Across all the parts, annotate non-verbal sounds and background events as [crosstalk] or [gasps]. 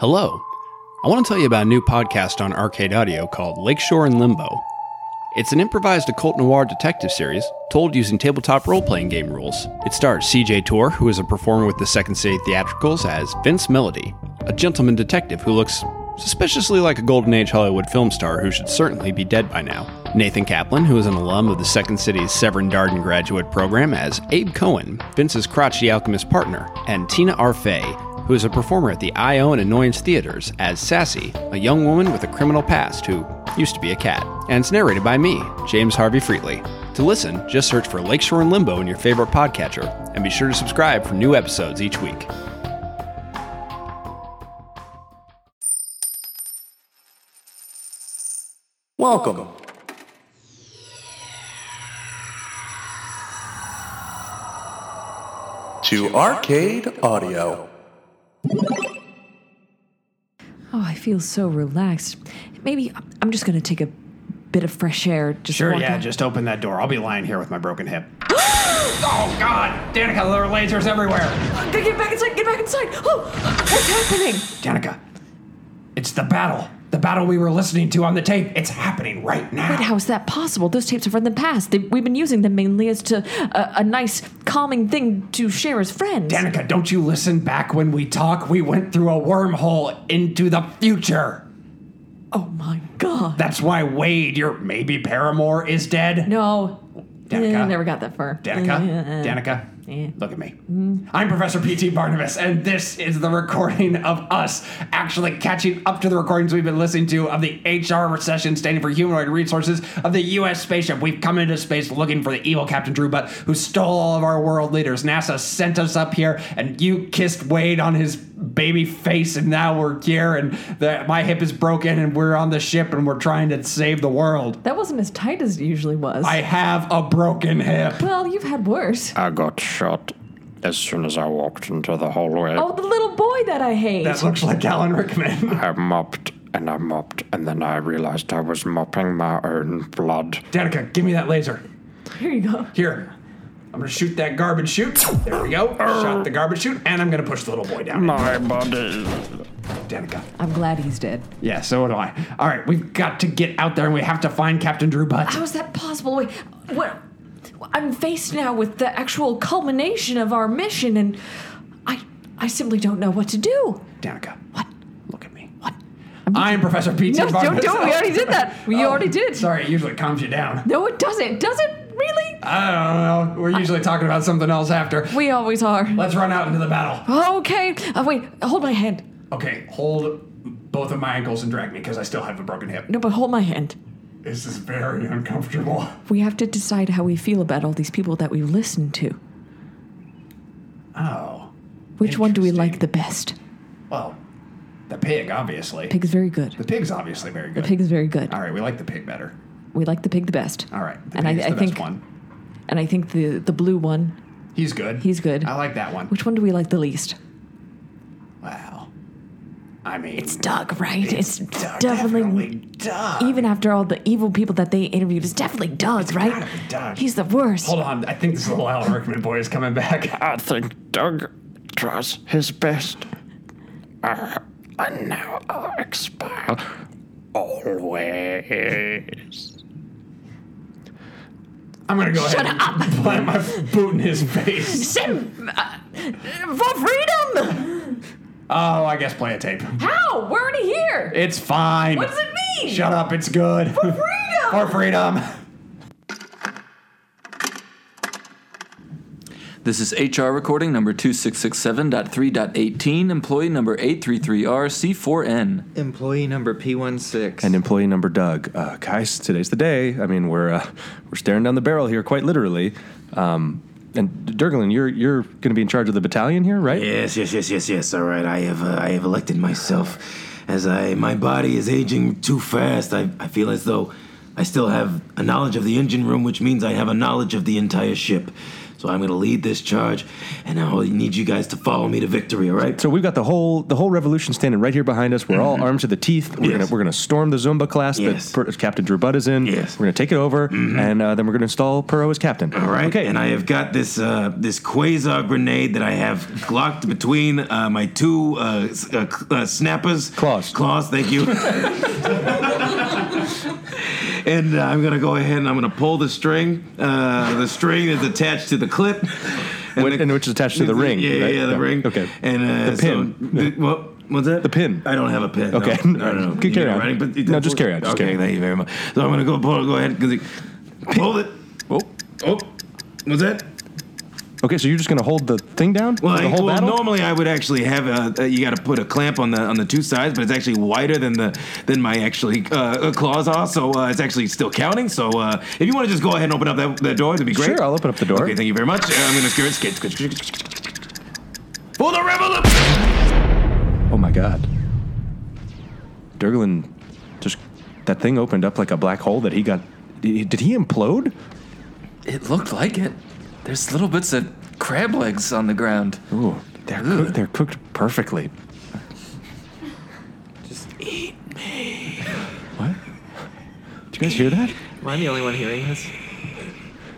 Hello. I want to tell you about a new podcast on Arcade Audio called Lakeshore in Limbo. It's an improvised occult noir detective series told using tabletop role playing game rules. It stars CJ Tor, who is a performer with the Second City Theatricals, as Vince Melody, a gentleman detective who looks suspiciously like a Golden Age Hollywood film star who should certainly be dead by now. Nathan Kaplan, who is an alum of the Second City's Severn Darden graduate program, as Abe Cohen, Vince's crotchety alchemist partner, and Tina Arfey, who is a performer at the I Own Annoyance Theaters as Sassy, a young woman with a criminal past who used to be a cat. And it's narrated by me, James Harvey Freetley. To listen, just search for Lakeshore and Limbo in your favorite podcatcher, and be sure to subscribe for new episodes each week. Welcome. To Arcade Audio. Oh, I feel so relaxed. Maybe I'm- I'm just gonna take a bit of fresh air. Just Sure, walk yeah, out. just open that door. I'll be lying here with my [gasps] broken hip. oh, God! Danica, there are lasers everywhere! Uh, Get back inside! Get back inside! Oh, what's happening? Danica, it's the battle. The battle we were listening to on the tape. It's happening right now. But how is that possible? Those tapes are from the past. They, we've been using them mainly as to uh, a nice, calming thing to share as friends. Danica, don't you listen back when we talk? We went through a wormhole into the future. oh my god! That's why Wade, your maybe paramour, is dead. no, Danica. Eh, never got that far. Eh. Danica, Danica, look at me. Mm. I'm Professor P.T. Barnabas, and this is the recording of us actually catching up to the recordings we've been listening to of the HR recession standing for humanoid resources of the U.S. spaceship. We've come into space looking for the evil Captain Drew Butt who stole all of our world leaders. NASA sent us up here, and you kissed Wade on his baby face, and now we're here, and the, my hip is broken, and we're on the ship, and we're trying to save the world. That wasn't as tight as it usually was. I have a broken hip. well, you've had worse. I got shot as soon as I walked into the hallway. oh, the little boy that I hate. That looks like Alan Rickman. I mopped and I mopped, and then I realized I was mopping my own blood. Danica, give me that laser. Here you go. Here. I'm gonna shoot that garbage chute. There we go. Shot the garbage chute, and I'm gonna push the little boy down. My body. Danica. I'm glad he's dead. Yeah, so do I. All right, we've got to get out there, and we have to find Captain Drew Butt. How is that possible? Wait, what? I'm faced now with the actual culmination of our mission, and I, I simply don't know what to do. Danica. What? Look at me. What? I am Professor P.T. Ah, No, don't Barnabas. do it. We already did that. We Oh, already did. Sorry, it usually calms you down. No, it doesn't. Does it really? I don't know. We're usually talking about something else after. We always are. Let's run out into the battle. Okay. Uh, wait. Hold my hand. Okay, hold both of my ankles and drag me because I still have a broken hip. No, but hold my hand. This is very uncomfortable. We have to decide how we feel about all these people that we listen to. Oh. Which one do we Interesting. like the best? Well, the pig, obviously. Pig's very good. The pig's obviously very good. The pig's very good. All right, we like the pig better. We like the pig the best. All right, the and I, pig's I the think best one. and I think the the blue one. He's good. He's good. I like that one. Which one do we like the least? wow. I mean, It's Doug, right? It's, Doug, definitely, Doug. even after all the evil people that they interviewed, it's definitely Doug, right? gotta be Doug. He's the worst. Hold on, I think this little Alan Rickman boy is coming [laughs] back. I think Doug tries his best. Uh, and now I'll expire. [laughs] Always. I'm gonna go Shut ahead and [laughs] plant my boot in his face. Sim, uh, for freedom! Oh, I guess play a tape. How? We're already here. It's fine. What does it mean? Shut up, it's good. For freedom! For freedom. This is HR recording number 2667.3.18, employee number 833RC4N. Employee number P16. And employee number Doug. Uh, guys, today's the day. I mean, we're uh, we're staring down the barrel here, quite literally. Um, and Durglin, you're you're going to be in charge of the battalion here, right? yes, yes, yes, yes, yes. All right, I have uh, I have elected myself. As I my body is aging too fast, I, I feel as though I still have a knowledge of the engine room, which means I have a knowledge of the entire ship. So I'm going to lead this charge, and I need you guys to follow me to victory. All right? So we've got the whole the whole revolution standing right here behind us. We're all armed to the teeth. We're Mm-hmm. Yes. gonna we're gonna storm the Zumba class Yes. that per, Captain Drubutt is in. Yes. Mm-hmm. We're gonna take it over, and uh, then we're gonna install Perro as captain. All right. Okay. And I have got this uh, this quasar grenade that I have glocked between uh, my two uh, s- uh, c- uh, snappers. Claws. Claws. [laughs] Thank you. [laughs] and uh, I'm gonna go ahead and I'm gonna pull the string, uh, the string that's attached to the clip, and, Wh- and which is attached to the ring, Yeah, yeah, right? yeah, the Yeah. ring. Okay. And uh, The pin. So, th- what? What's that? The pin. I don't have a pin. Okay. [laughs] No, no, no. Keep You carry know, on. right? But it- No, just carry on, just okay. carry on. Thank you very much. So I'm gonna go pull. Go ahead. 'cause it- Pull it. Oh. Oh, was that? Okay. So you're just gonna hold the thing down? Well, the I- whole well, battle. normally I would actually have a, uh, you got to put a clamp on the on the two sides, but it's actually wider than the than my actually uh, uh, claws are, so uh, it's actually still counting. So uh, if you want to just go ahead and open up that, that door, that'd be great. Sure, I'll open up the door. Okay, thank you very much. Uh, I'm gonna skip skip skip skip. For the revolution! Oh my god. Durglin just that thing opened up like a black hole that he got did did he implode? It looked like it. There's little bits of crab legs on the ground. Ooh, they're Ugh. cooked, they're cooked perfectly. Just eat me. What? Did you guys hear that? Am I the only one hearing this?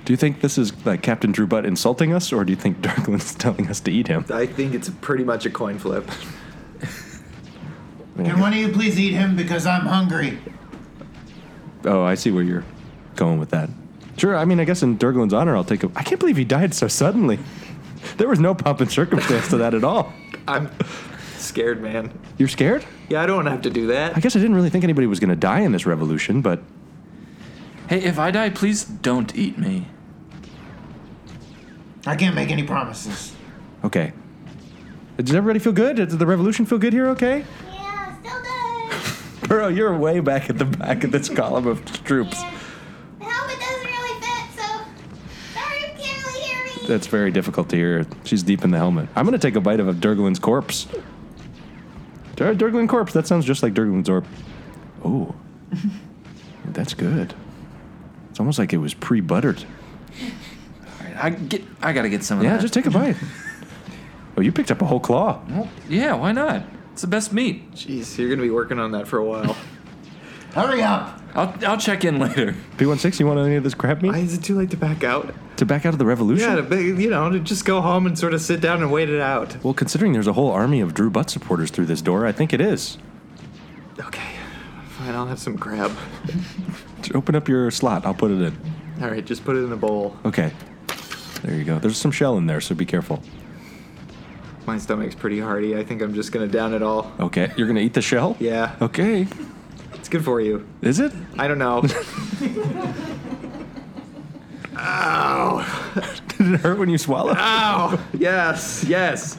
Do you think this is like Captain Drew Butt insulting us, or do you think [laughs] Durglin's telling us to eat him? I think it's pretty much a coin flip. Can one of you please eat him because I'm hungry? Oh, I see where you're going with that. Sure, I mean, I guess in Durglin's honor, I'll take a. I can't believe he died so suddenly. There was no pomp and circumstance to that at all. I'm scared, man. You're scared? Yeah, I don't want to have to do I that. guess I didn't really think anybody was going to die in this revolution, but Hey, if I die, please don't eat me. I can't make any promises. okay. Does everybody feel good? Did the revolution feel good here? Okay. Yeah, still good. [laughs] Burrow, you're way back at the back of this column of troops. The helmet doesn't really fit, so sorry if you can't really hear me. That's very difficult to hear. She's deep in the helmet. I'm gonna take a bite of a Durglin's corpse. Dur- Durglin corpse. That sounds just like Durglin's orb. Oh, [laughs] that's good. It's almost like it was pre-buttered. All right, I get. I gotta get some of Yeah, that. just take [laughs] a bite. Oh, you picked up a whole claw. yeah, why not? It's the best meat. Jeez, you're gonna be working on that for a while. Hurry up! I'll I'll check in later. P16, you want any of this crab meat Why is it too late to back out? to back out of the revolution? Yeah, to, ba- you know, to just go home and sort of sit down and wait it out. Well, considering there's a whole army of Drew Butt supporters through this door, I think it is. Okay, fine. I'll have some crab. Open up your slot. I'll put it in. All right, just put it in a bowl. Okay. There you go. There's some shell in there, so be careful. My stomach's pretty hearty. I think I'm just gonna down it all. Okay. You're going to eat the shell? Yeah, Okay. it's good for you. Is it? I don't [laughs] know. [laughs] Did it hurt when you swallowed? Ow! Yes, yes.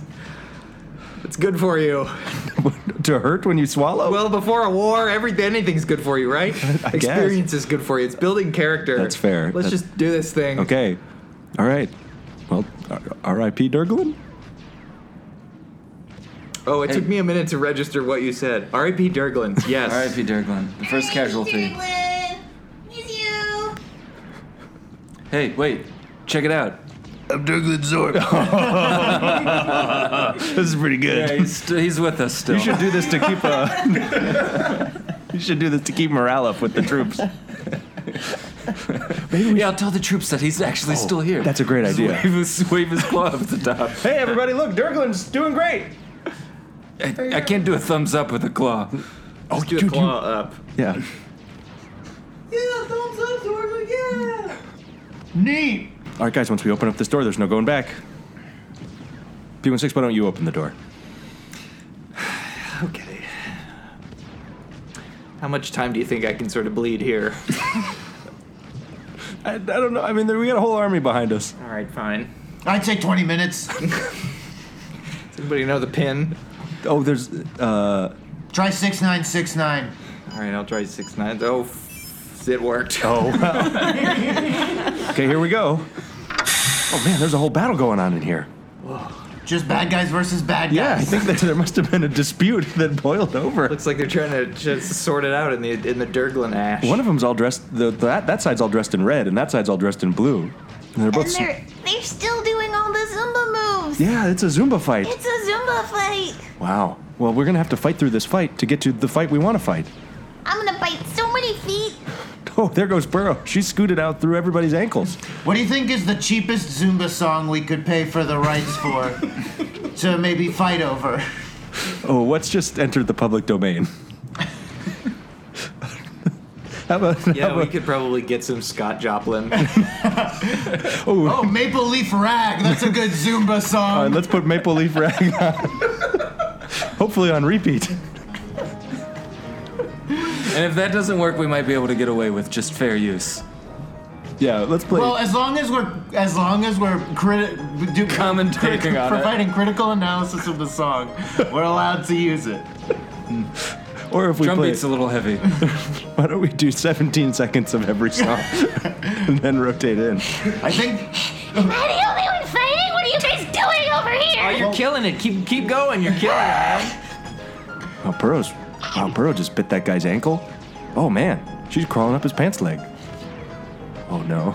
It's good for you. [laughs] to hurt when you swallow? Well, before a war, everything anything's good for you, [laughs] right? guess. Experience is good for you. It's building character. That's fair. Let's That's- just do this thing. okay. All right. Well, uh, R- RIP Durglin? Oh, it took me a minute to register what you said. R.I.P. Durglin. Yes. All right, P. Durglin, the first Hey, casualty. Peter Glynn, It's you. Hey, wait, check it out. I'm Durglin [laughs] Zorb. This is pretty good. Yeah, he's, st- he's with us still. do this to keep [laughs] uh, You should do this to keep morale up with the [laughs] troops. yeah, I'll tell the troops that he's actually still here. Oh, That's a great Just idea. Wave his, wave his claw up the top. [laughs] Hey everybody, look, Durglin's doing great. I, I can't do a thumbs up with a claw. Oh, do a dude, you- claw up. Yeah. Neat! All right, guys, once we open up this door, there's no going back. P16, why don't you open the door? Okay. How much time do you think I can sort of bleed here? [laughs] I, I don't know. I mean, there, we got a whole army behind us. All right, fine. I'd say [laughs] 20 minutes. Does anybody know the pin? Oh, there's. Uh, Try 6969. All right, I'll try six nines. Oh, f- it worked. Oh, [laughs] okay, here we go. Oh man, there's a whole battle going on in here. Just bad guys versus bad guys. Yeah, I think that there must have been a dispute that boiled over. Looks like they're trying to just sort it out in the in the Durglin ash. One of them's all dressed. The, that that side's all dressed in red, and that side's all dressed in blue. And they're and both. s- they're they're still doing all the Zumba moves. yeah, it's a Zumba fight. It's a Zumba fight. Wow. Well, we're gonna have to fight through this fight to get to the fight we want to fight. [laughs] I'm gonna bite so many feet. Oh, there goes Burrow. She scooted out through everybody's ankles. What do you think is the cheapest Zumba song we could pay for the rights for to maybe fight over? Oh, what's just entered the public domain? how about, Yeah, how we about- could probably get some Scott [laughs] Joplin. Oh, Maple Leaf Rag. [laughs] That's a good Zumba song. all right, let's put Maple Leaf Rag on. Hopefully on [laughs] repeat. [laughs] And if that doesn't work, we might be able to get away with just fair use. Yeah, let's play. Well, as long as we're as long as we're criti- do, Commentating on it. [laughs] providing critical analysis of the song, we're allowed to use it. or if we Drum play, beat's a little heavy. [laughs] why don't we do 17 seconds of every song [laughs] and then rotate in? I think Am I the only one fighting? What are you guys doing over Oh, here? you're killing it. Keep keep going. You're killing it, man. Oh, Burrow's. Wow, Burrow just bit that guy's ankle. Oh, man. She's crawling up his pants leg. Oh, no.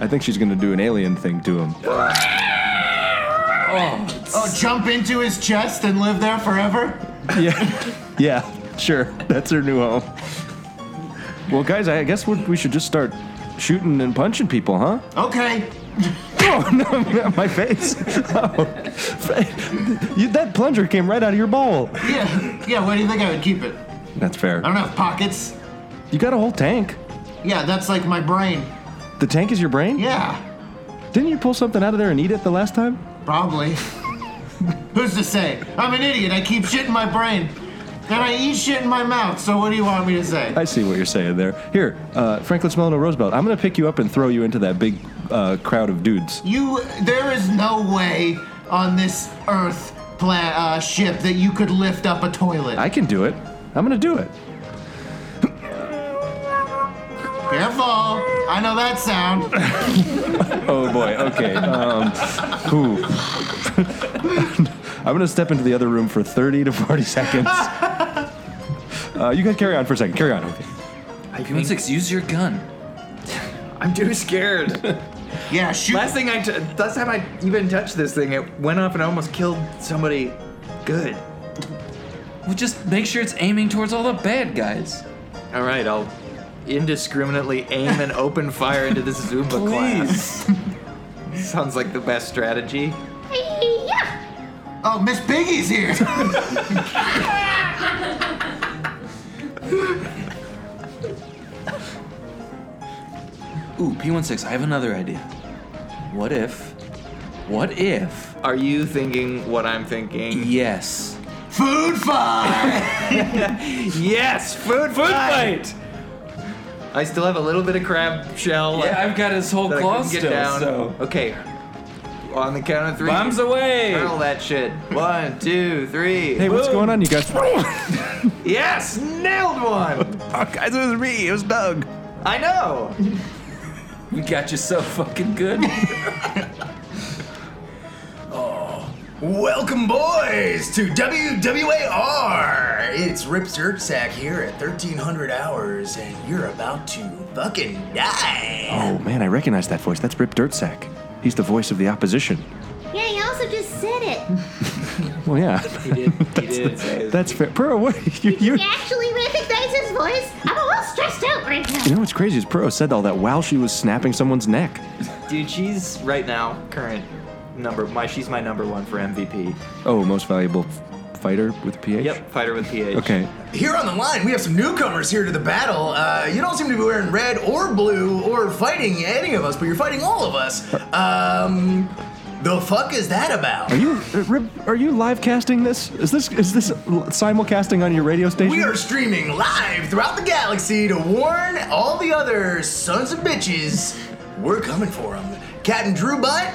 I think she's going to do an alien thing to him. Oh, jump into his chest and live there forever. Yeah. yeah, sure. That's her new home. Well, guys, I guess we we should just start shooting and punching people, huh? [laughs] Okay. Oh, [laughs] no, not my face. Oh. You- that plunger came right out of your bowl. Yeah, yeah. Where do you think I would keep it? That's fair. I don't have pockets. You got a whole tank. Yeah, that's like my brain. The tank is your brain? Yeah, Didn't you pull something out of there and eat it the last time? probably. [laughs] Who's to say? I'm an idiot. I keep shit in my brain, and I eat shit in my mouth. So what do you want me to say? I see what you're saying there. Here, uh, Franklin Smolano Roosevelt, I'm going to pick you up and throw you into that big uh, crowd of dudes. You, there is no way on this Earth plan, uh, ship that you could lift up a toilet. I can do it. [laughs] I'm going to do it. Careful! I know that sound. [laughs] Oh boy. Okay. Um, whew. [laughs] I'm gonna step into the other room for 30 to 40 [laughs] seconds. Uh, you guys carry on for a second. Carry on. Okay. Human six, use your gun. I'm too scared. yeah, shoot. Last thing I, t- last time I even touched this thing, it went off and almost killed somebody. Good. Well, just make sure it's aiming towards all the bad guys. All right, I'll indiscriminately aim and open fire into this Zumba class. [laughs] Sounds like the best strategy. [laughs] [laughs] Yeah. Oh, Miss Piggy's here. [laughs] Ooh, P16, I have another idea. What if. What if. Are you thinking what I'm thinking? Yes. Food fight. [laughs] yes, food, Food fight. I still have a little bit of crab shell. Yeah, I've got his whole that I claw couldn't get still, down. so- Okay. On the count of three. Bombs away! Hurl that shit. One, two, three. Hey, what's Boom. going on, you guys? Yes, nailed one. oh, guys, it was me. It was Doug. I know. We got you so fucking good. Welcome, boys, to WWAR. It's Rip Zertzak here at 1300 hours, and you're about to fucking die. Oh man, I recognize that voice. That's Rip Dirtsack. He's the voice of the opposition. Yeah, you also just said it. Well, yeah. He did. that's, he did. [laughs] That's fair. Pearl, what [laughs] you, you, You actually recognize his voice? I'm a little stressed out right now. you know what's crazy is Pearl said all that while she was snapping someone's neck. Dude, she's right now current number. My she's my number one for MVP. Oh, most valuable f- fighter with PH. Yep, fighter with PH. Okay. Oh. Here on the line, we have some newcomers here to the battle. Uh, you don't seem to be wearing red or blue or fighting any of us, but you're fighting all of us. Um, the fuck is that about? Are you uh, Rip, are you live casting this? Is this is this simulcasting on your radio station? We are streaming live throughout the galaxy to warn all the other sons of bitches. We're coming for them. Captain Drew Butt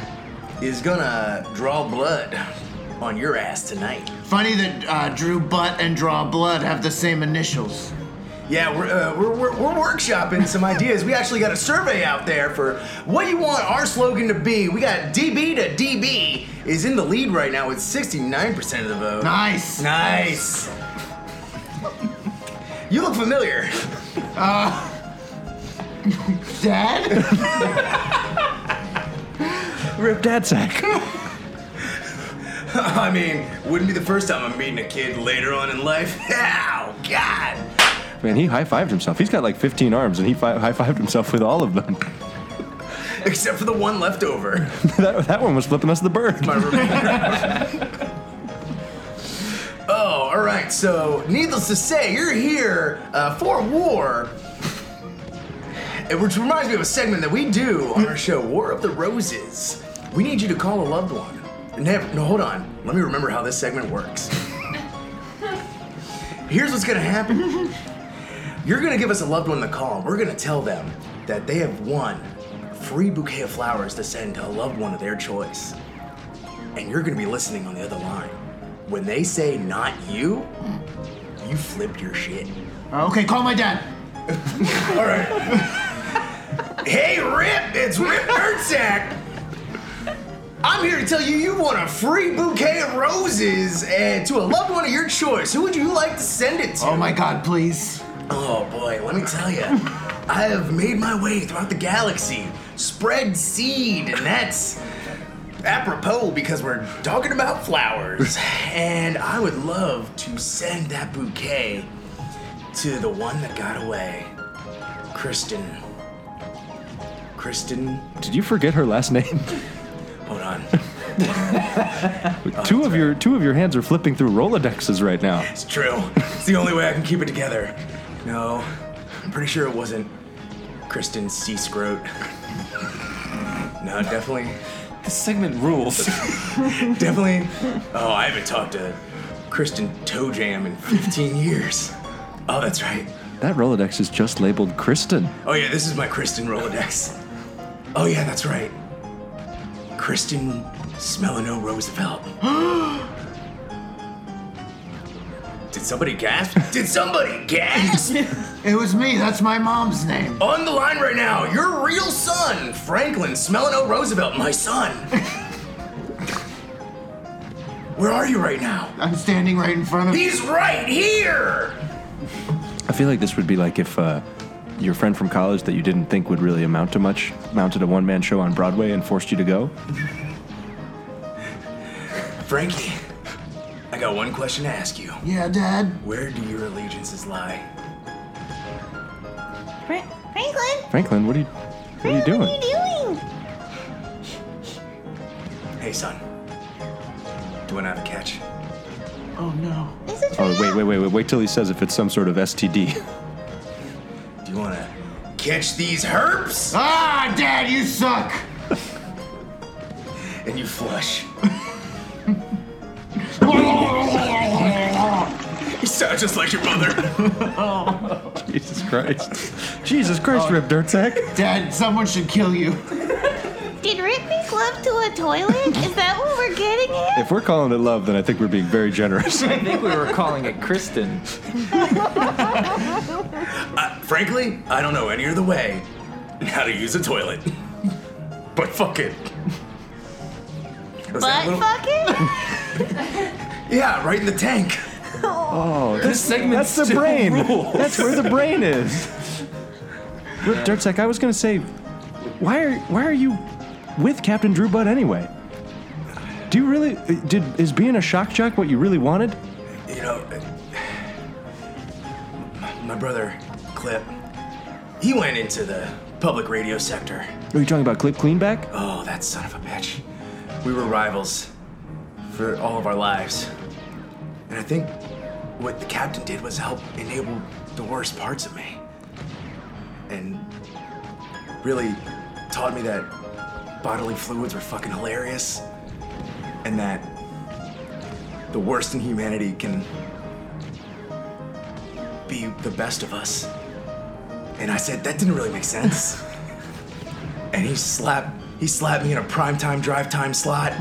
is gonna draw blood on your ass tonight. Funny that uh, Drew Butt and Draw Blood have the same initials. Yeah, we're, uh, we're, we're, we're workshopping some ideas. We actually got a survey out there for what you want our slogan to be. We got DB to DB is in the lead right now with 69% of the vote. Nice. Nice. You look familiar. Uh, Dad? Rip dad sack. [laughs] I mean, wouldn't be the first time I'm meeting a kid later on in life. [laughs] Ow, God! Man, he high fived himself. He's got like 15 arms, and he fi- high fived himself with all of them. [laughs] Except for the one left over. that, that one was flipping us the bird. Oh, all right. So, needless to say, you're here uh, for war, and which reminds me of a segment that we do on our show, War of the Roses. We need you to call a loved one. Never, no, hold on. Let me remember how this segment works. Here's what's gonna happen. You're gonna give us a loved one the call. and We're gonna tell them that they have won a free bouquet of flowers to send to a loved one of their choice. And you're gonna be listening on the other line. When they say not you, you flip your shit. Uh, Okay, call my dad. All right. Hey, Rip, it's Rip Ertzak. I'm here to tell you you want a free bouquet of roses and to a loved one of your choice. Who would you like to send it to? Oh my God, please. Oh boy, let me tell you, I have made my way throughout the galaxy, spread seed, and that's apropos because we're talking about flowers. And I would love to send that bouquet to the one that got away, Kristen. Kristen, Did you forget her last [laughs] name? hold on. two of your two of your hands are flipping through Rolodexes right now. It's true. It's the only way I can keep it together. No, I'm pretty sure it wasn't Kristen C. Scroat. No, definitely. This segment rules. definitely. [laughs] Oh, I haven't talked to Kristen Toe Jam in 15 years. Oh, that's right. That Rolodex is just labeled Kristen. Oh, yeah, this is my Kristen Rolodex. Oh, yeah, that's right. Kristen Smellino Roosevelt. Did somebody gasp? Did somebody [laughs] gasp? It was me. That's my mom's name. On the line right now, your real son, Franklin Smellino Roosevelt, my son. Where are you right now? I'm standing right in front of. He's right here! I feel like this would be like if uh, your friend from college that you didn't think would really amount to much mounted a one man show on Broadway and forced you to go. Frankie, I got one question to ask you. Yeah, Dad. Where do your allegiances lie? Fra- Franklin, Franklin, what are you what are you what are doing? you doing? Hey, son. Do I have a catch? Oh no. Oh wait, wait, wait, wait, wait till he says if it's some sort of [laughs] STD. Do you want to catch these herps? Ah, Dad, you suck. And you flush. you sound just like your [laughs] mother. Jesus Christ. Jesus Christ, Rip Dirtsack. Oh. [laughs] Dad, someone should kill you. [laughs] Did Rick make love to a toilet? Is that what we're getting [laughs] at? If we're calling it love, then I think we're being very [laughs] generous. I think we were calling it Kristen. Uh, Frankly, I don't know any other way how to use a toilet. But fuck it. Was that Butt a little- fucking? yeah, right in the tank. Oh, This segment's That's the still brain. rules. That's where the brain is. Rip Dirtsack, I was gonna say, why are why are you with Captain Drew Budd anyway? Do you really uh, did is being a shock jock what you really wanted? [laughs] You know, my- my brother, Clip, he went into the public radio sector. Are you talking about Clip Cleanback? Oh, that son of a bitch. We were rivals for all of our lives. And I think what the captain did was help enable the worst parts of me. And really taught me that bodily fluids were fucking hilarious. And that the worst in humanity can be the best of us. And I said, that didn't really make sense and he slapped he slapped me in a prime time drive time slot.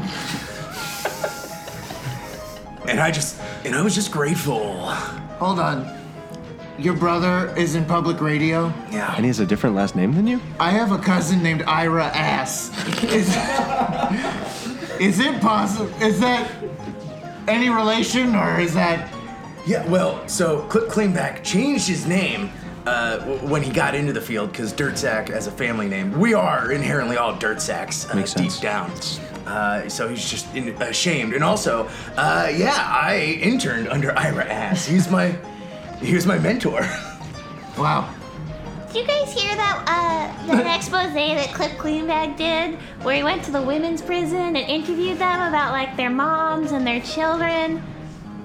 and I just and I was just grateful. Hold on. Your brother is in public radio. Yeah. And he has a different last name than you? I have a cousin named Ira Ass. Is, [laughs] is it possible? Is that any relation, or is that? Yeah, well, so Clip Cleanback changed his name uh, w- when he got into the field, because Dirtsack as a family name, we are inherently all Dirtsacks uh, Makes deep down. Uh, so he's just in, ashamed. And also, uh, yeah, I interned under Ira Ass. He's my, he was my mentor. [laughs] Wow. Did you guys hear that uh, [laughs] that expose that Cliff Cleanbag did, where he went to the women's prison and interviewed them about like their moms and their children?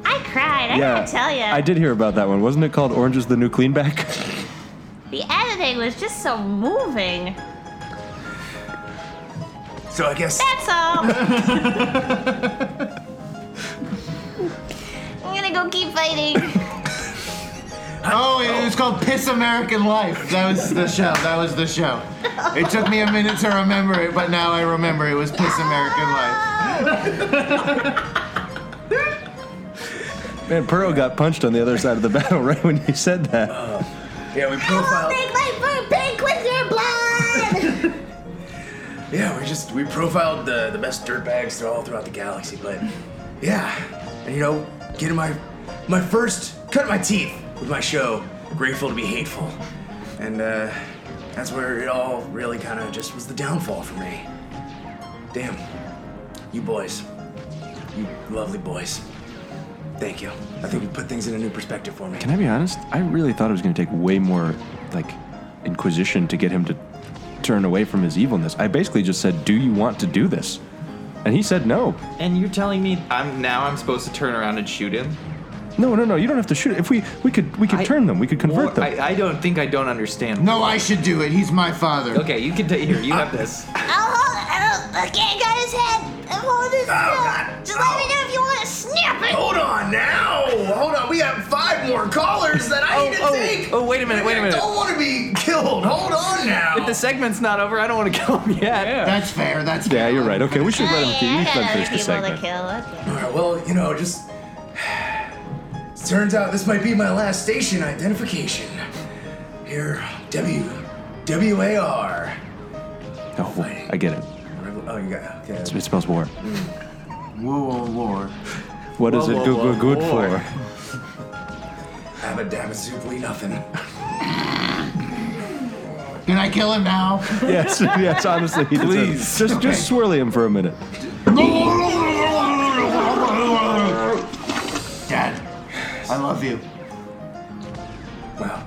I cried. I gotta tell you, I did hear about that one. Wasn't it called Orange is the New [laughs] Cleanback? the editing was just so moving. So I guess that's [laughs] all. I'm gonna go keep fighting. Oh, it was called Piss American Life. That was the show. That was the show. It took me a minute to remember it, but now I remember it was Piss American Life. Man, Pearl got punched on the other side of the [laughs] battle right when you said that. Yeah, we I'll profiled. make my food pink with your blood. Yeah, we just we profiled the the best dirtbags all throughout the galaxy, but yeah, and you know, getting my my first cut my teeth with my show, grateful to be hateful, and uh, that's where it all really kind of just was the downfall for me. Damn, you boys, you lovely boys, thank you. I think you put things in a new perspective for me. Can I be honest? I really thought it was going to take way more, like, inquisition to get him to turn away from his evilness. I basically just said, "Do you want to do this?" And he said, "No." And you're telling me I'm now I'm supposed to turn around and shoot him? No, no, no. You don't have to shoot. If we we could we could turn them. We could convert them. I, I don't think I don't understand. No, I should do it. He's my father. Okay, you can take here. You have [laughs] this. I'll hold. I'll, I can't got his head. I'm holding his throat. Just let me know if you want to snap it. Oh, Hold on now. Hold on. We have five more callers that I Oh, need to oh, take. oh, wait a minute, wait a I minute. don't want to be killed. Hold on now. If the segment's not over, I don't want to kill him yet. That's fair. That's yeah, you're right. Okay, we should let I him. we should got let him other finish the people to segment. kill. Okay. All right, well, you know, just. Turns out this might be my last station identification. Here, W. W A R. Oh, I get it. Oh, you got okay. It smells war. Whoa, war. What is it Whoa, good, whoa, good, good whoa, for? Abadabazoobly nothing. Can I kill him now? [laughs] yes, [laughs] yes. Honestly, he deserves- Please. just just swirly him for a minute. Dad, I love you. Wow.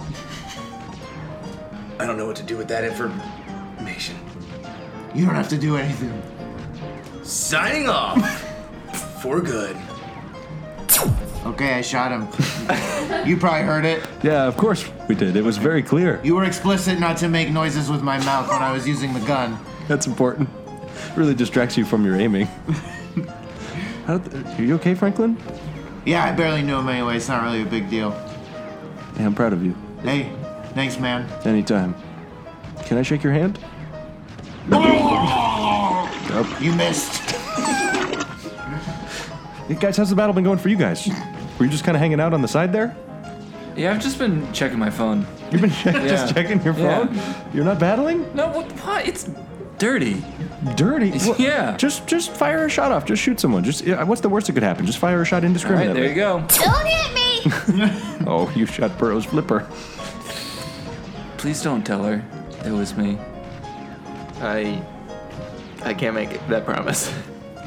I don't know what to do with that information. You don't have to do anything. Signing off. For good. Okay, I shot him. you probably heard it. Yeah, of course we did. It was very clear. You were explicit not to make noises with my mouth when I was using the gun. That's important. Really distracts you from your aiming. How, are you okay, Franklin? Yeah, I barely knew him anyway. It's not really a big deal. Yeah, I'm proud of you. Hey, thanks, man. Anytime. Can I shake your hand? You missed. Hey, guys, how's the battle been going for you guys? Were you just kind of hanging out on the side there? Yeah, I've just been checking my phone. You've been [laughs] check- just Yeah. checking your Yeah. phone? You're not battling? No, what? what? It's dirty. [laughs] Dirty. Yeah. Just just fire a shot off. Just shoot someone. Just yeah, what's the worst that could happen? Just fire a shot All right, there indiscriminately. you go. Don't hit me. [laughs] Oh, you shot Burrow's flipper. Please don't tell her it was me. I I can't make it, that promise.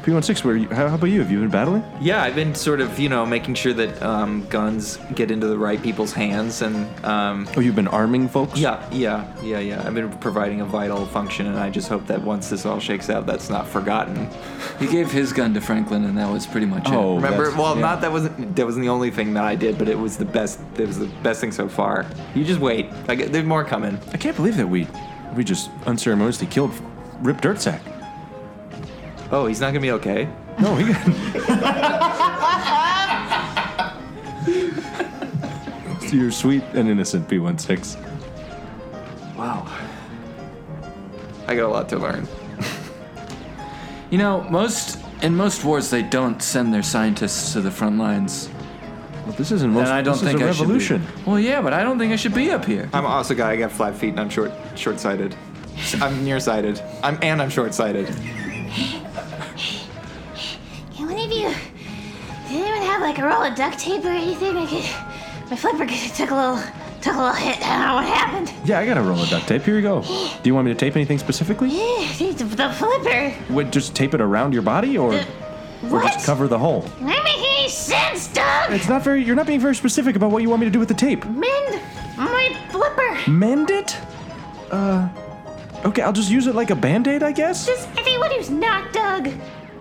P16, where you, how, how about you? Have you been battling? Yeah, I've been sort of you know making sure that um, guns get into the right people's hands and. Um, Oh, you've been arming folks? Yeah, yeah, yeah, yeah. I've been providing a vital function, and I just hope that once this all shakes out, that's not forgotten. Oh, He gave his gun to Franklin, and that was pretty Oh, much it. remember? Well, yeah. not that wasn't that wasn't the only thing that I did, but it was the best. It was the best thing so far. You just wait. I get, there's more coming. I can't believe that we we just unceremoniously killed Rip Dirtsack. Oh, he's not gonna be okay. No, he So you're sweet and innocent, P16. Wow. I got a lot to learn. You know, most in most wars they don't send their scientists to the front lines. Well, this isn't most- And I don't this is think a I should be- revolution. Well, yeah, but I don't think I should be up here. I'm also a guy. I got flat feet, and I'm short short sighted. I'm nearsighted. I'm and I'm short sighted. [laughs] Can one of you? Did anyone have like a roll of duct tape or anything? I could. My flipper could- took a little took a little hit. I don't know what happened. [laughs] Yeah, I got a roll of duct tape. Here we [gasps] go. Do you want me to tape anything specifically? the, the flipper. Wait, just tape it around your body, or, The- or just what? cover the hole? That make any sense, Doug? It's not very. You're not being very specific about what you want me to do with the tape. Mend my flipper. Mend it? Uh. Okay, I'll just use it like a band aid, I guess? Does anyone who's not Doug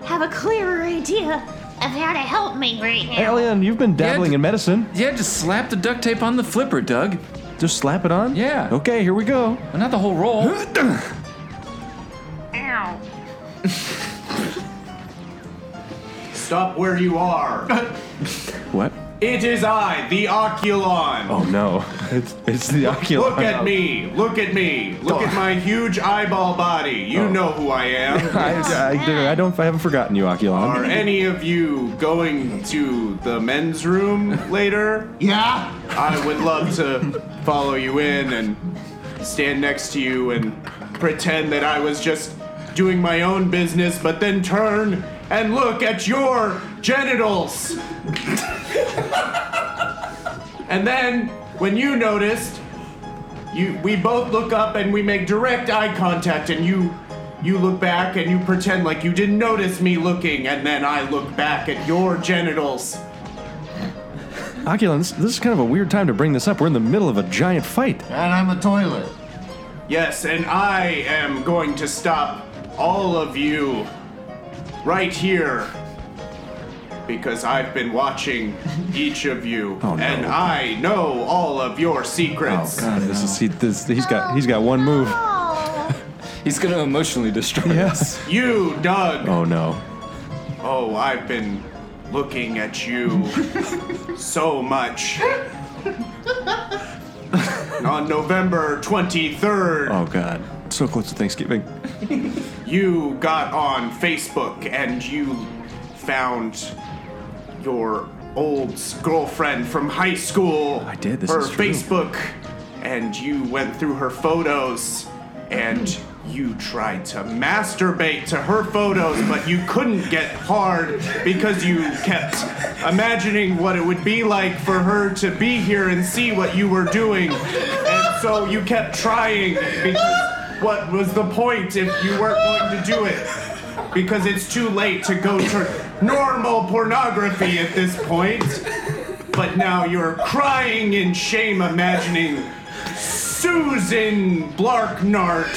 have a clearer idea of how to help me right now? Alien, you've been dabbling in medicine. Yeah, just slap the duct tape on the flipper, Doug. Just slap it on? Yeah. Okay, here we go. not the whole roll. [laughs] Ow. Stop where you are. What? it is I, the Oculon. Oh no. It's, it's the oculus. Look at me! Look at me! Look at my huge eyeball body! You know who I am. Oh. [laughs] I, I, do- I don't. I haven't forgotten you, Oculon. Are any of you going to the men's room later? Yeah. I would love to follow you in and stand next to you and pretend that I was just doing my own business, but then turn and look at your genitals. [laughs] and then when you noticed, you we both look up and we make direct eye contact and you you look back and you pretend like you didn't notice me looking and then I look back at your genitals. Oculon, this, this is kind of a weird time to bring this up. We're in the middle of a giant fight. And I'm a toilet. Yes, and I am going to stop all of you right here because I've been watching each of you and I know all of your secrets. this is he, this, he's got he's got Oh, one move. He's gonna emotionally destroy us. You, Doug. Oh no. Oh, I've been looking at [laughs] you so much. On November 23rd, Oh god. So close to Thanksgiving. you got on Facebook and you found your old girlfriend from high school. I did, this her is true. Facebook, and you went through her photos and you tried to masturbate to her photos, but you couldn't get hard because you kept imagining what it would be like for her to be here and see what you were doing. And so you kept trying because what was the point if you weren't going to do it? Because it's too late to go to normal pornography at this point. But now you're crying in shame imagining Susan Blarknart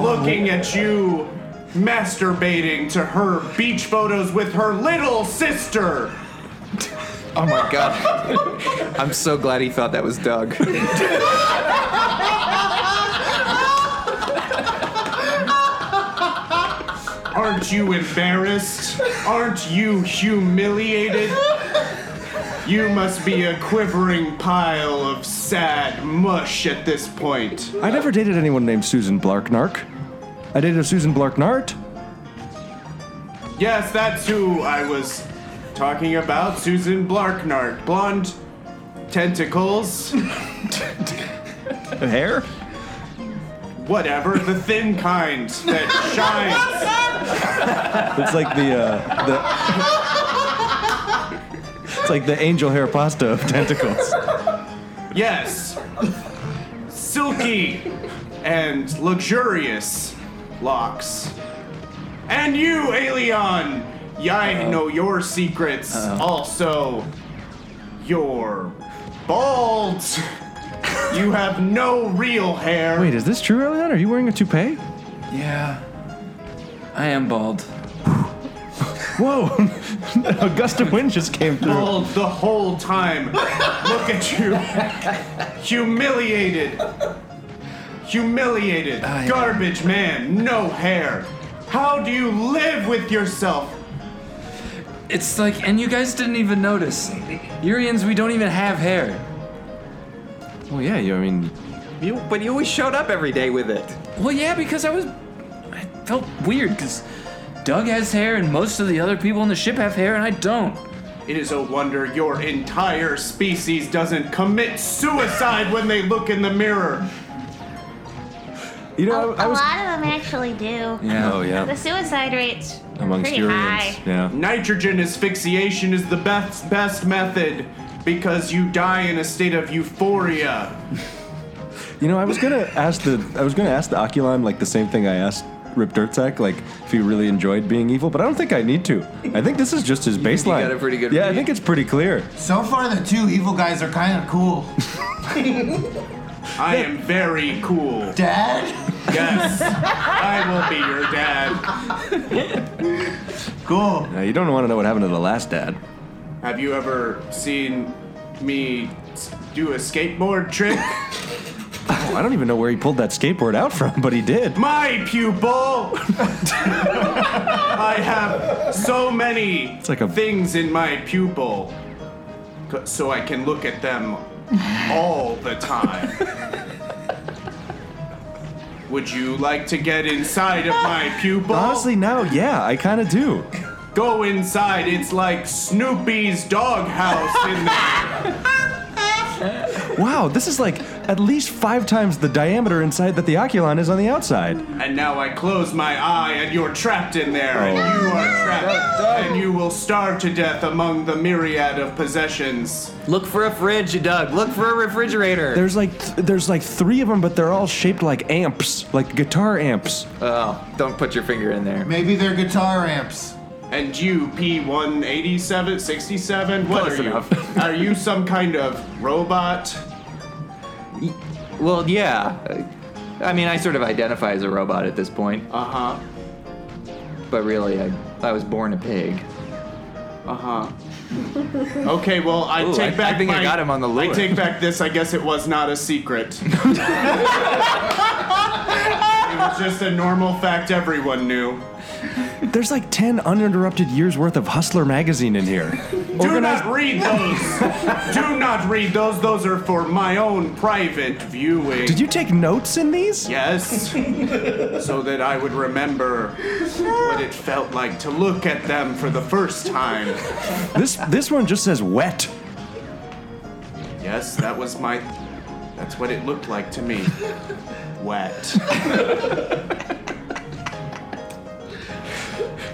looking at you masturbating to her beach photos with her little sister. Oh my god. I'm so glad he thought that was Doug. Aren't you embarrassed? Aren't you humiliated? You must be a quivering pile of sad mush at this point. I never dated anyone named Susan Blarknark. I dated a Susan Blarknart. Yes, that's who I was talking about. Susan Blarknart. Blonde tentacles. Hair? Whatever, the thin kind that shines. It's like the uh, the It's like the angel hair pasta of tentacles. Yes. Silky and luxurious locks. And you, Alien! Yeah, I know your secrets. Also, you're bald. You have no real hair. Wait, is this true, Elion? Are you wearing a toupee? Yeah. I am bald. Whoa! [laughs] a gust of wind just came through. Bald the whole time. Look at you. Humiliated. Humiliated. Garbage man. No hair. How do you live with yourself? It's like, and you guys didn't even notice. Urians, we don't even have hair. Well, yeah, you, I mean, You, but you always showed up every day with it. Well, yeah, because I was. I felt weird because Doug has hair and most of the other people in the ship have hair and I don't. It is a wonder your entire species doesn't commit suicide when they look in the mirror. You know, A lot of them actually do. Yeah. Oh, yeah. The suicide rates are pretty high. Nitrogen asphyxiation is the best best method because you die in a state of euphoria. You know, I was gonna ask the I was gonna ask the Oculon like the same thing I asked Rip Dirtzak, like if he really enjoyed being evil, but I don't think I need to. I think this is just his think he baseline. got a pretty good Yeah, I read. think it's pretty clear. So far, the two evil guys are kind of cool. I am very cool. Dad? [laughs] [laughs] Yes. I will be your dad. Cool. Now, you don't want to know what happened to the last dad. Have you ever seen me s- do a skateboard trick? Oh, I don't even know where he pulled that skateboard out from, but he did. My pupil! I have so many things in my pupil, c- so I can look at them all the time. Would you like to get inside of my pupil? Honestly, now, yeah, I kind of do. Go inside. It's like Snoopy's doghouse in there. Wow, this is like at least five times the diameter inside that the Oculon is on the outside. And now I close my eye, and you're trapped in there, and Oh. you are trapped, and you will starve to death among the myriad of possessions. Look for a fridge, Doug. Look for a refrigerator. There's like there's like three of them, but they're all shaped like amps, like guitar amps. Oh, don't put your finger in there. Maybe they're guitar amps. And you, P187, 67, what Close are enough. you? [laughs] are you some kind of robot? Well, yeah. I mean, I sort of identify as a robot at this point. Uh huh. But really, I, I was born a pig. Uh huh. Okay, well, I Uh-huh. Ooh, take I- back I think I my- got him on the I lure. take back this. I guess it was not a secret. [laughs] it was just a normal fact everyone knew. There's like ten uninterrupted years worth of Hustler magazine in here. Do not read [laughs] those. Do not read those. Those are for my own private viewing. Did you take notes in these? Yes. so that I would remember what it felt like to look at them for the first time. This this one just says wet. Yes, that was my. That's what it looked like to me. Wet. [laughs]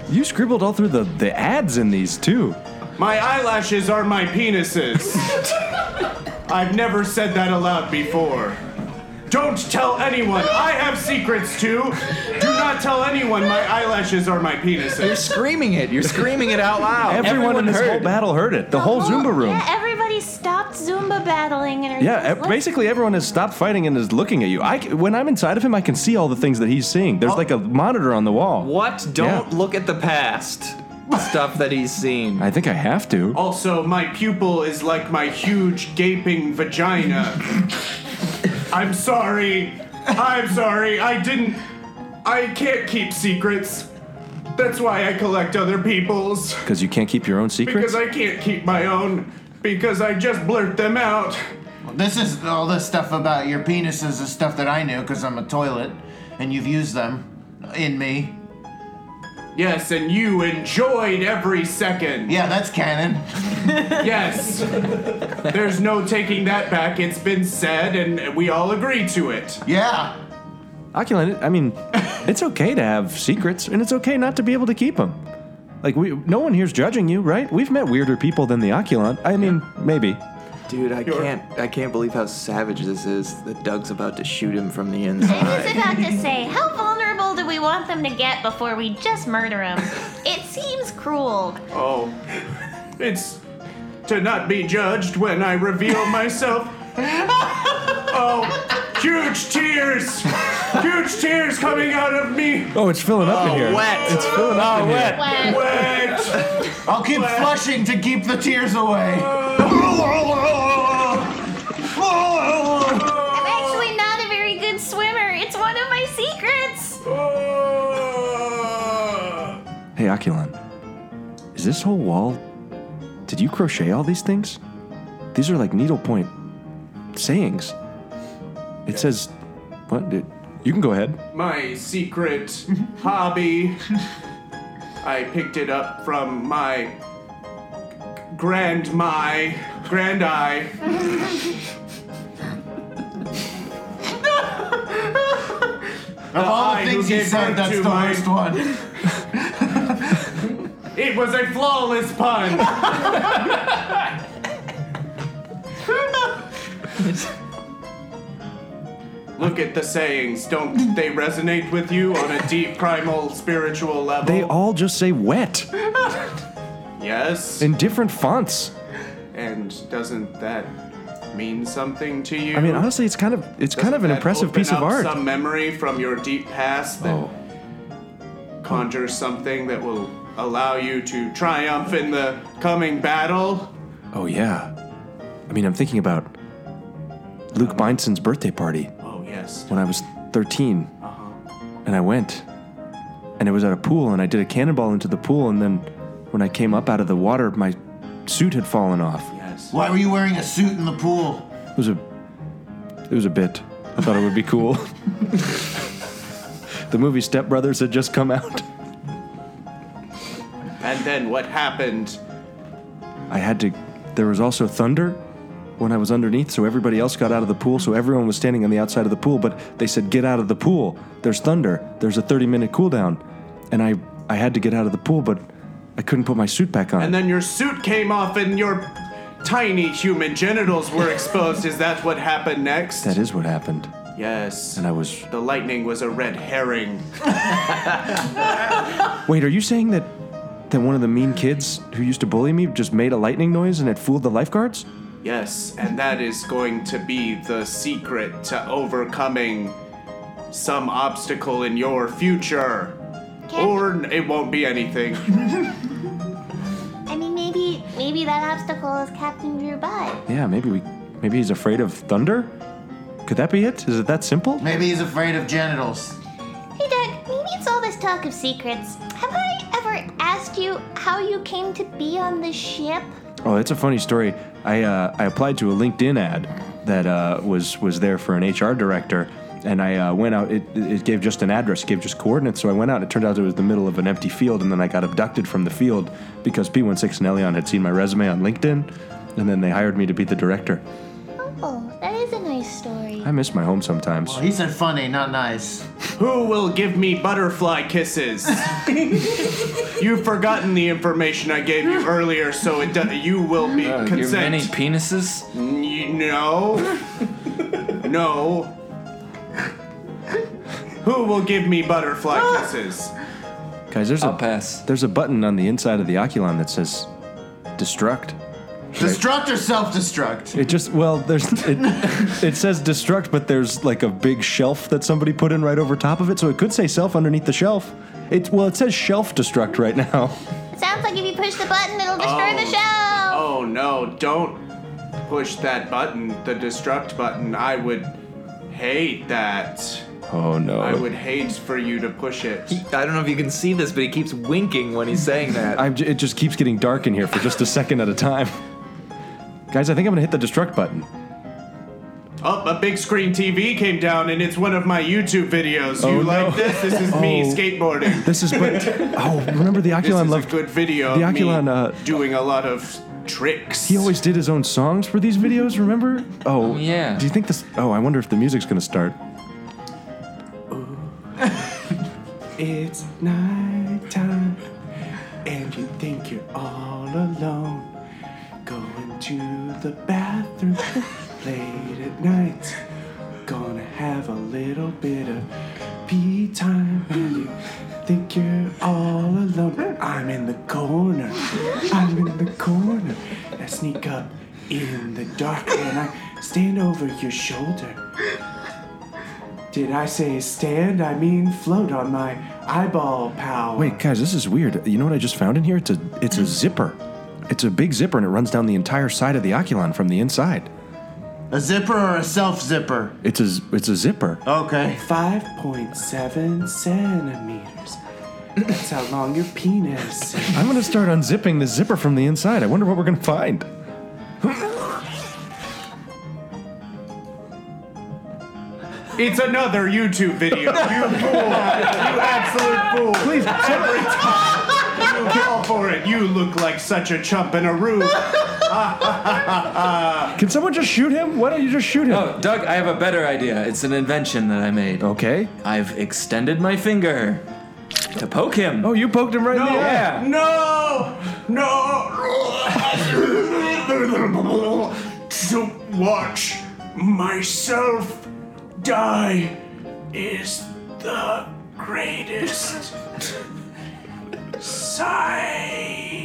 You scribbled all through the the ads in these too. My eyelashes are my penises. I've never said that aloud before. Don't tell anyone. I have secrets too. Do not tell anyone my eyelashes are my penises. You're screaming it. You're screaming it out loud. Everyone, in this whole battle heard it. The, whole Zumba room. Yeah, everybody stopped Zumba battling and are Yeah, just e- basically everyone has stopped fighting and is looking at you. I, c- when I'm inside of him, I can see all the things that he's seeing. There's like a monitor on the wall. Oh. What? Don't look at the past stuff that he's seen. I think I have to. Also, my pupil is like my huge gaping vagina. I'm sorry. I'm sorry. I didn't. I can't keep secrets. That's why I collect other people's. Because you can't keep your own secrets? Because I can't keep my own. Because I just blurt them out. This is all this stuff about your penises is stuff that I knew because I'm a toilet, and you've used them in me. Yes, and you enjoyed every second. Yeah, that's canon. [laughs] yes. There's no taking that back. It's been said, and we all agree to it. Yeah. Oculon, [laughs] I mean, it's okay to have secrets, and it's okay not to be able to keep them. Like we, no one here's judging you, right? We've met weirder people than the Oculon. I mean, maybe. Dude, I can't I can't believe how savage this is that Doug's about to shoot him from the I was inside. about to say, how vulnerable do we want them to get before we just murder [laughs] them? It seems cruel. Oh, it's to not be judged when I reveal myself. oh, huge tears! Huge tears coming out of me! Oh, it's filling up in here. It's filling up in here. Wet. Wet. I'll keep flushing to keep the tears away. I'm actually not a very good swimmer. It's one of my [laughs] secrets. Hey, Oculon, is this whole wall? Did you crochet all these things? These are like needlepoint sayings. It says, what? It, you can go ahead. My [laughs] secret hobby. I picked it up from my grandma, grand eye. Of all the things he said, that's the worst one. It was a flawless pun. Look at the sayings. Don't they resonate with you on a deep, primal, spiritual level? They all just say wet yes. in different fonts. And doesn't that mean something to you? I mean, honestly, it's kind of it's kind of an That impressive open piece of up art. Oh. Some memory from your deep past that conjures something that will allow you to triumph in the coming battle. Oh yeah. I mean, I'm thinking about Luke Byndson's birthday party. Oh yes. Uh-huh. When I was 13, and I went, and it was at a pool, and I did a cannonball into the pool, and then when I came up out of the water, my suit had fallen off. Why were you wearing a suit in the pool? It was a it was a bit. I thought it would be [laughs] cool. [laughs] the movie Step Brothers had just come out. And then what happened? I had to. There was also thunder when I was underneath, so everybody else got out of the pool, so everyone was standing on the outside of the pool, but they said, Get out of the pool. There's thunder. There's a 30 minute cooldown. And I, I had to get out of the pool, but I couldn't put my suit back on. And then your suit came off and your tiny human genitals [laughs] were exposed. Is that what happened next? that is what happened. Yes. And I was. The lightning was a red herring. Wait, are you saying that, that one of the mean kids who used to bully me just made a lightning noise and it fooled the lifeguards? Yes, and that is going to be the secret to overcoming some obstacle in your future. Or n- it won't be anything. I mean, maybe maybe that obstacle is Captain Drew Butt. Yeah, maybe we. Maybe he's afraid of thunder? Could that be it? Is it that simple? Maybe he's afraid of genitals. Hey, Doug, maybe it's all this talk of secrets. Have I ever asked you how you came to be on this ship? Oh, that's a funny story. I uh, I applied to a LinkedIn ad that uh, was was there for an HR director, and I uh, went out. It, it gave just an address, gave just coordinates. So I went out. and It turned out it was the middle of an empty field, and then I got abducted from the field because P16 and Elion had seen my resume on LinkedIn, and then they hired me to be the director. Oh, that is a nice story. I miss my home sometimes. [laughs] He said funny, not nice. Who will give me butterfly kisses? You've forgotten the information I gave you earlier, so it do- Uh, you will be your consent. many penises? no. no. Who will give me butterfly kisses? Guys, there's a pass. There's a button on the inside of the Oculon that says "Destruct." Should I- Destruct or self-destruct? It just well, there's it, it says destruct, but there's like a big shelf that somebody put in right over top of it, so it could say self underneath the shelf. It well, it says shelf destruct right now. It sounds like if you push the button, it'll destroy the show. [laughs] Oh no, don't push that button, the destruct button. I would hate that. [laughs] Oh no. I would hate for you to push it. I don't know if you can see this, but he keeps winking when he's [laughs] saying that. I'm, j- it just keeps getting dark in here for just a second at a time. Guys, I think I'm gonna hit the destruct button. Up, Oh, a big screen TV came down, and it's one of my YouTube videos. Oh, you no. like this? This is me Oh. skateboarding. This is but [laughs] oh, remember [laughs] the This is Oculon a loved good video. the of me Oculon. Uh, doing a lot of tricks. he always did his own songs for these videos. Remember? Oh yeah. Do you think this? Oh, I wonder if the music's gonna start. [laughs] It's nighttime, and you think you're all alone. Going to the bathroom [laughs] late at night. Gonna have a little bit of pee time, and you think you're all alone. But I'm in the corner. I'm in the corner. I sneak up in the dark, and I stand over your shoulder. Did I say stand? I mean float on my eyeball, pal. Wait, guys, this is weird. You know what I just found in here? It's a it's a zipper. It's a big zipper and it runs down the entire side of the Oculon from the inside. A zipper or a self [laughs] zipper? It's a it's a zipper. Okay. 5.7 centimeters. That's how long your penis is. I'm gonna start unzipping this zipper from the inside. I wonder what we're gonna find. It's another YouTube [laughs] video. You fool. You absolute fool. Please, every time you fall for it, you look like such a chump in a room. [laughs] Can someone just shoot him? Why don't you just shoot him? No, Doug, I have a better idea. It's an invention that I made. Okay. I've extended my finger to poke him. Oh, you poked him right no. Yeah. No! No! Don't watch myself die is the greatest sight.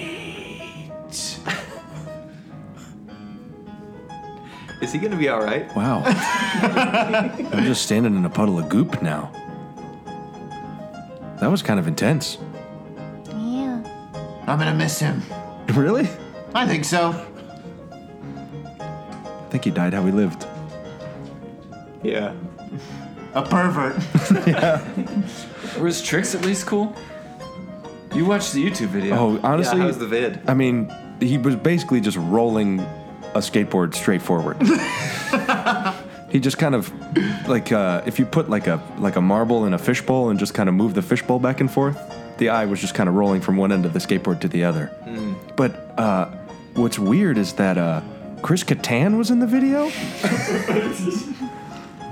Is he gonna be all right? Wow. [laughs] I'm just standing in a puddle of goop now. That was kind of intense. Yeah. I'm gonna miss him. Really? I think so. I think he died how he lived. Yeah. A [laughs] pervert. Were his tricks at least cool? You watched the YouTube video. Oh, honestly. how's the vid? I mean, he was basically just rolling a skateboard straight [laughs] forward. he just kind of like uh, if you put like a like a marble in a fishbowl and just kind of move the fishbowl back and forth, the eye was just kind of rolling from one end of the skateboard to the other. But uh, what's weird is that uh, Chris Kattan was in the video.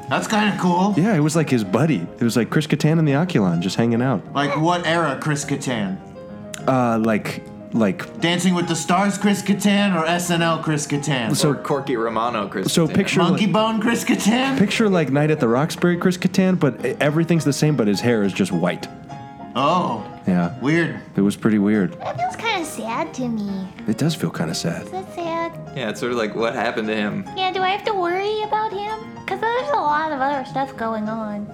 That's kind of cool. Yeah, it was like his buddy. It was like Chris Kattan and the Oculon just hanging out. Like what era, Chris Kattan? Uh, like like Dancing with the Stars, Chris Kattan, or SNL, Chris Kattan? So- or Corky Romano, Chris. so picture Monkey like, Bone, Chris Kattan. picture like Night at the Roxbury Chris Kattan, but e, everything's the same, but his hair is just white. Oh, Yeah, weird. it was pretty weird. That feels kind of sad to me. It does feel kind of sad. Is that sad? Yeah, it's sort of like what happened to him. Yeah, do I have to worry about him? Because there's a lot of other stuff going on.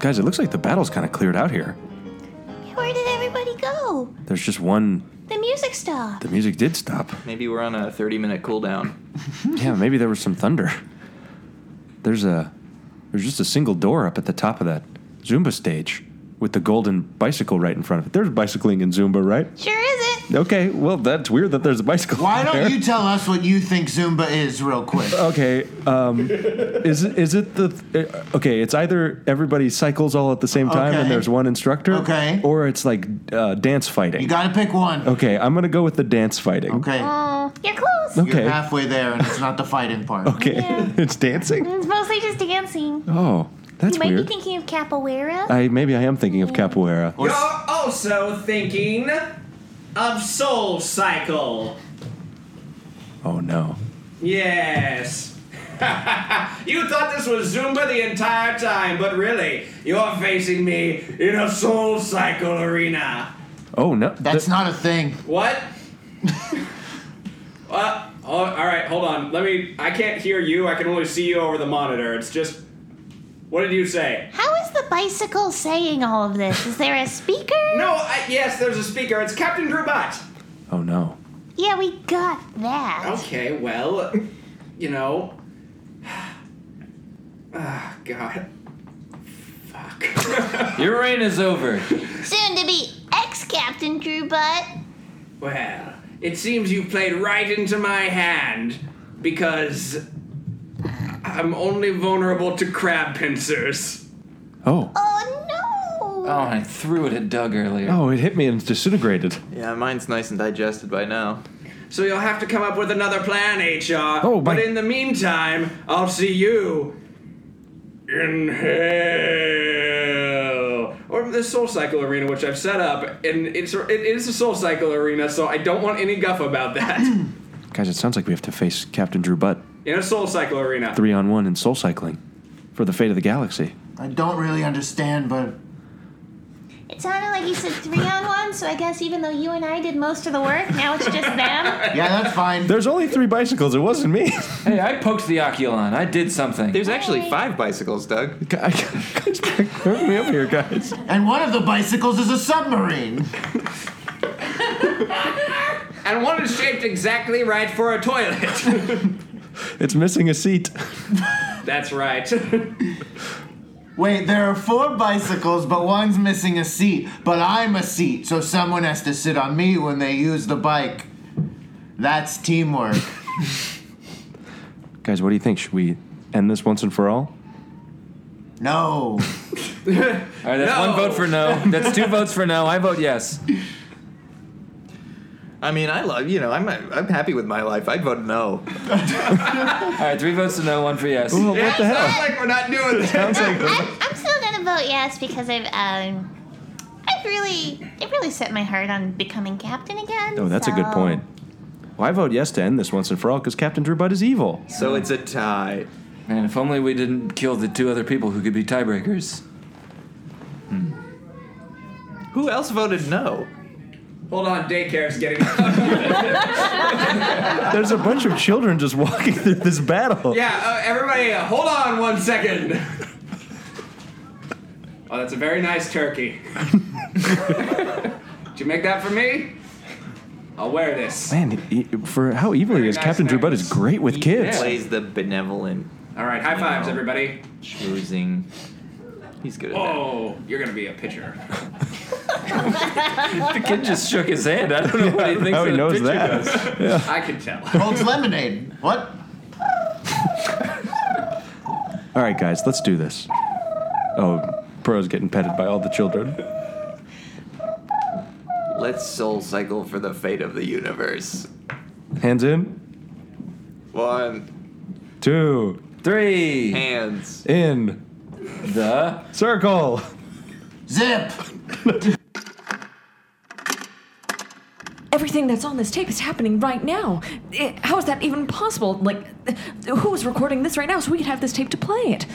Guys, it looks like the battle's kind of cleared out here. Where did everybody go? There's just one. The music stopped. The music did stop. Maybe we're on a 30 minute cooldown. [laughs] yeah, maybe there was some thunder. There's a there's just a single door up at the top of that Zumba stage with the golden bicycle right in front of it. There's bicycling in Zumba, right? Sure isn't. Okay, well that's weird that there's a bicycle. Why there. don't you tell us what you think Zumba is, real quick? Okay, um, is it, is it the uh, okay? It's either everybody cycles all at the same time Okay. and there's one instructor, okay, or it's like uh, dance fighting. You gotta pick one. Okay, I'm gonna go with the dance fighting. Okay. Oh, you're close. Okay. You're halfway there, and it's not the fighting part. [laughs] Okay, it's dancing. It's mostly just dancing. Oh, that's you might weird. be thinking of capoeira. I maybe I am thinking of capoeira. You're also thinking of Soul Cycle. Oh no. Yes. [laughs] you thought this was Zumba the entire time, but really, you're facing me in a Soul Cycle arena. Oh no. That's not a thing. [laughs] What? uh, oh, all right, hold on. Let me. I can't hear you. I can only see you over the monitor. It's just. What did you say? How is the bicycle saying all of this? Is there a speaker? No, Oh, I, yes, there's a speaker. It's Captain Drubat. Oh no. Yeah, we got that. Okay, well, you know. Ah, God. [laughs] Your reign is over. Soon to be ex-Captain Drew Butt. Well, it seems you've played right into my hand because I'm only vulnerable to crab pincers. Oh. Oh Oh, no! and I threw it at Doug earlier. Oh, it hit me and disintegrated. Yeah, mine's nice and digested by now. So you'll have to come up with another plan, HR. Oh, my- But in the meantime, I'll see you in hell. Or the Soul Cycle Arena, which I've set up, and it's it is a Soul Cycle Arena, so I don't want any guff about [clears throat] that. Guys, it sounds like we have to face Captain Drew Butt in a Soul Cycle Arena. three on one in soul cycling for the fate of the galaxy. I don't really understand, but It sounded like you said three on one, so I guess even though you and I did most of the work, now it's just them. [laughs] Yeah, that's fine. There's only three bicycles. It wasn't me. [laughs] hey, I poked the Oculon. I did something. There's actually five bicycles, [laughs] Doug. Hook me up here, guys. And one of the bicycles is a submarine. [laughs] And one is shaped exactly right for a toilet. [laughs] It's missing a seat. That's right. [laughs] Wait, there are four bicycles, but one's missing a seat. But I'm a seat, so someone has to sit on me when they use the bike. That's teamwork. [laughs] Guys, what do you think? Should we end this once and for all? [laughs] All No. right, that's one vote for no. That's two votes for no. Oh, [laughs] I vote yes. I mean, I love you know. I'm I'm happy with my life. I'd [laughs] vote no. All right, three votes to no, one for yes. Well, what Yeah, the hell? sounds like we're not [laughs] doing this. Sounds like I'm still gonna vote yes because I've um, I've really, it really set my heart on becoming captain again. Oh, that's a good so- point. Well, I vote yes to end this once and for all because Captain Drew Butt is evil. So it's a tie. Man, if only we didn't kill the two other people who could be tiebreakers. Who else voted no? Hold on, daycare's [laughs] getting. There's a bunch of children just walking through this battle. Yeah, uh, everybody, uh, hold on one second. oh, that's a very nice [laughs] turkey. Did you make that for me? I'll wear oh, this. Man, he- for how evil he is, nice Captain Drew Butt is great with kids. Plays the benevolent. All right, high you fives, know, everybody. Schmoozing. He's good at Oh. Whoa, you're gonna be a pitcher. The kid just shook his hand. I don't know [laughs] what he thinks how he of the knows picture that. does. Yeah. I can tell. Holds Oh, lemonade. What? All right, guys, let's do this. Oh, Pro's getting petted by all the children. that. Let's soul cycle for the fate of the universe. Hands in, One, two, three. Hands. in the circle. Zip. [laughs] Everything that's on this tape is happening right now. I- how is that even possible? Like, who is recording this right now so we can have this tape to play it?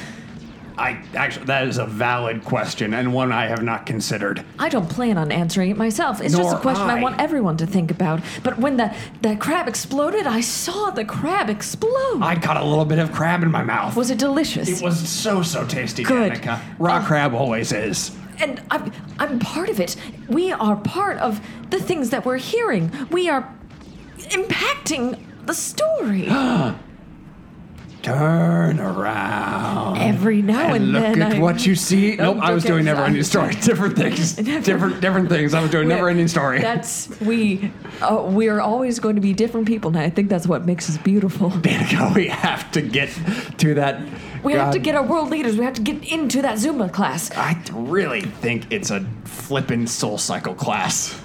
I actually, that is a valid question and one I have not considered. I don't plan on answering it myself. It's just Nor a question I. I. want everyone to think about. But when the, the crab exploded, I saw the crab explode. I got a little bit of crab in my mouth. Was it delicious? It was so so tasty, Good. Oh. Danica. Raw crab always is. And I'm, I'm part of it. We are part of the things that we're hearing. We are impacting the [gasps] story. Turn around. Every now and, look then. at I- what you see. Oh, Nope, I was look doing at- never ending story. [laughs] [laughs] Different things. different different things. I was doing We're- never ending story. [laughs] That's we. Uh, we are always going to be different people, and I think that's what makes us [laughs] beautiful. we have to get to that. We have to God, get our world leaders. We have to get into that Zumba class. I really think it's a flippin' soul cycle class.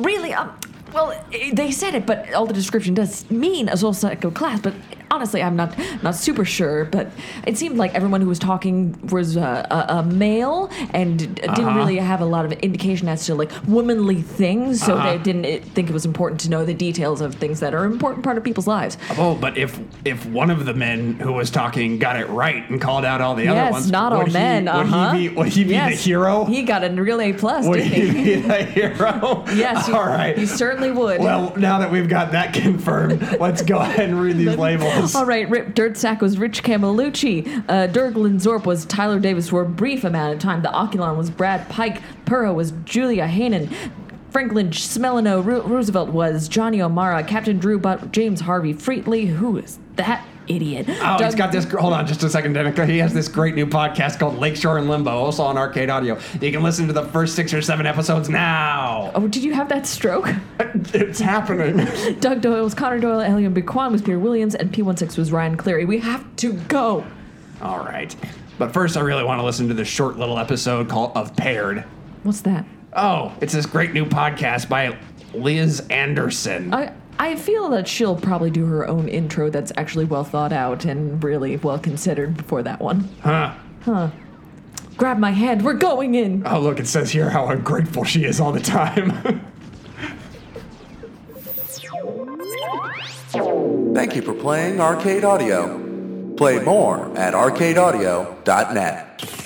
Really? Um, well, eh, they said it, but all the description does mean a soul cycle class. But honestly, I'm not not super sure. But it seemed like everyone who was talking was uh, a, a male and d- didn't Uh-huh. really have a lot of indication as to like womanly things. So Uh-huh. they didn't eh, think it was important to know the details of things that are an important part of people's lives. Oh, but if if one of the men who was talking got it right and called out all the other yes, ones, not would all he- men. would Uh he huh. be- would he be the hero? He got a real A plus, Would didn't he he? be the [laughs] hero? yes. all right. He certainly would. Well, now that we've got that [laughs] confirmed, let's go ahead and read these labels. All right, Rip Dirtsack was Rich Camelucci. Uh, Durglin Zorp was Tyler Davis for a brief amount of time. The Oculon was Brad Pike. Purrow was Julia Hainan. Franklin Smelino Ru- Roosevelt was Johnny O'Mara. Captain Drew Butt, James Harvey Freetley. Who is that idiot? Oh, Doug- he's got this. Hold on just a second, Danica. He has this great new podcast called Lakeshore and Limbo, also on Arcade Audio. You can listen to the first six or seven episodes now. Oh, did you have that stroke? It's happening. [laughs] Doug Doyle was Connor Doyle. Elian Biquan was Peter Williams. And P16 was Ryan Cleary. We have to go. All right. But first, I really want to listen to this short little episode called Of Paired. What's that? Oh, it's this great new podcast by Liz Anderson. I I feel that she'll probably do her own intro that's actually well thought out and really well considered before that one. Huh. Huh. Grab my hand, we're going in. Oh, look, it says here how ungrateful she is all the time. [laughs] Thank you for playing Arcade Audio. Play more at arcadeaudio.net.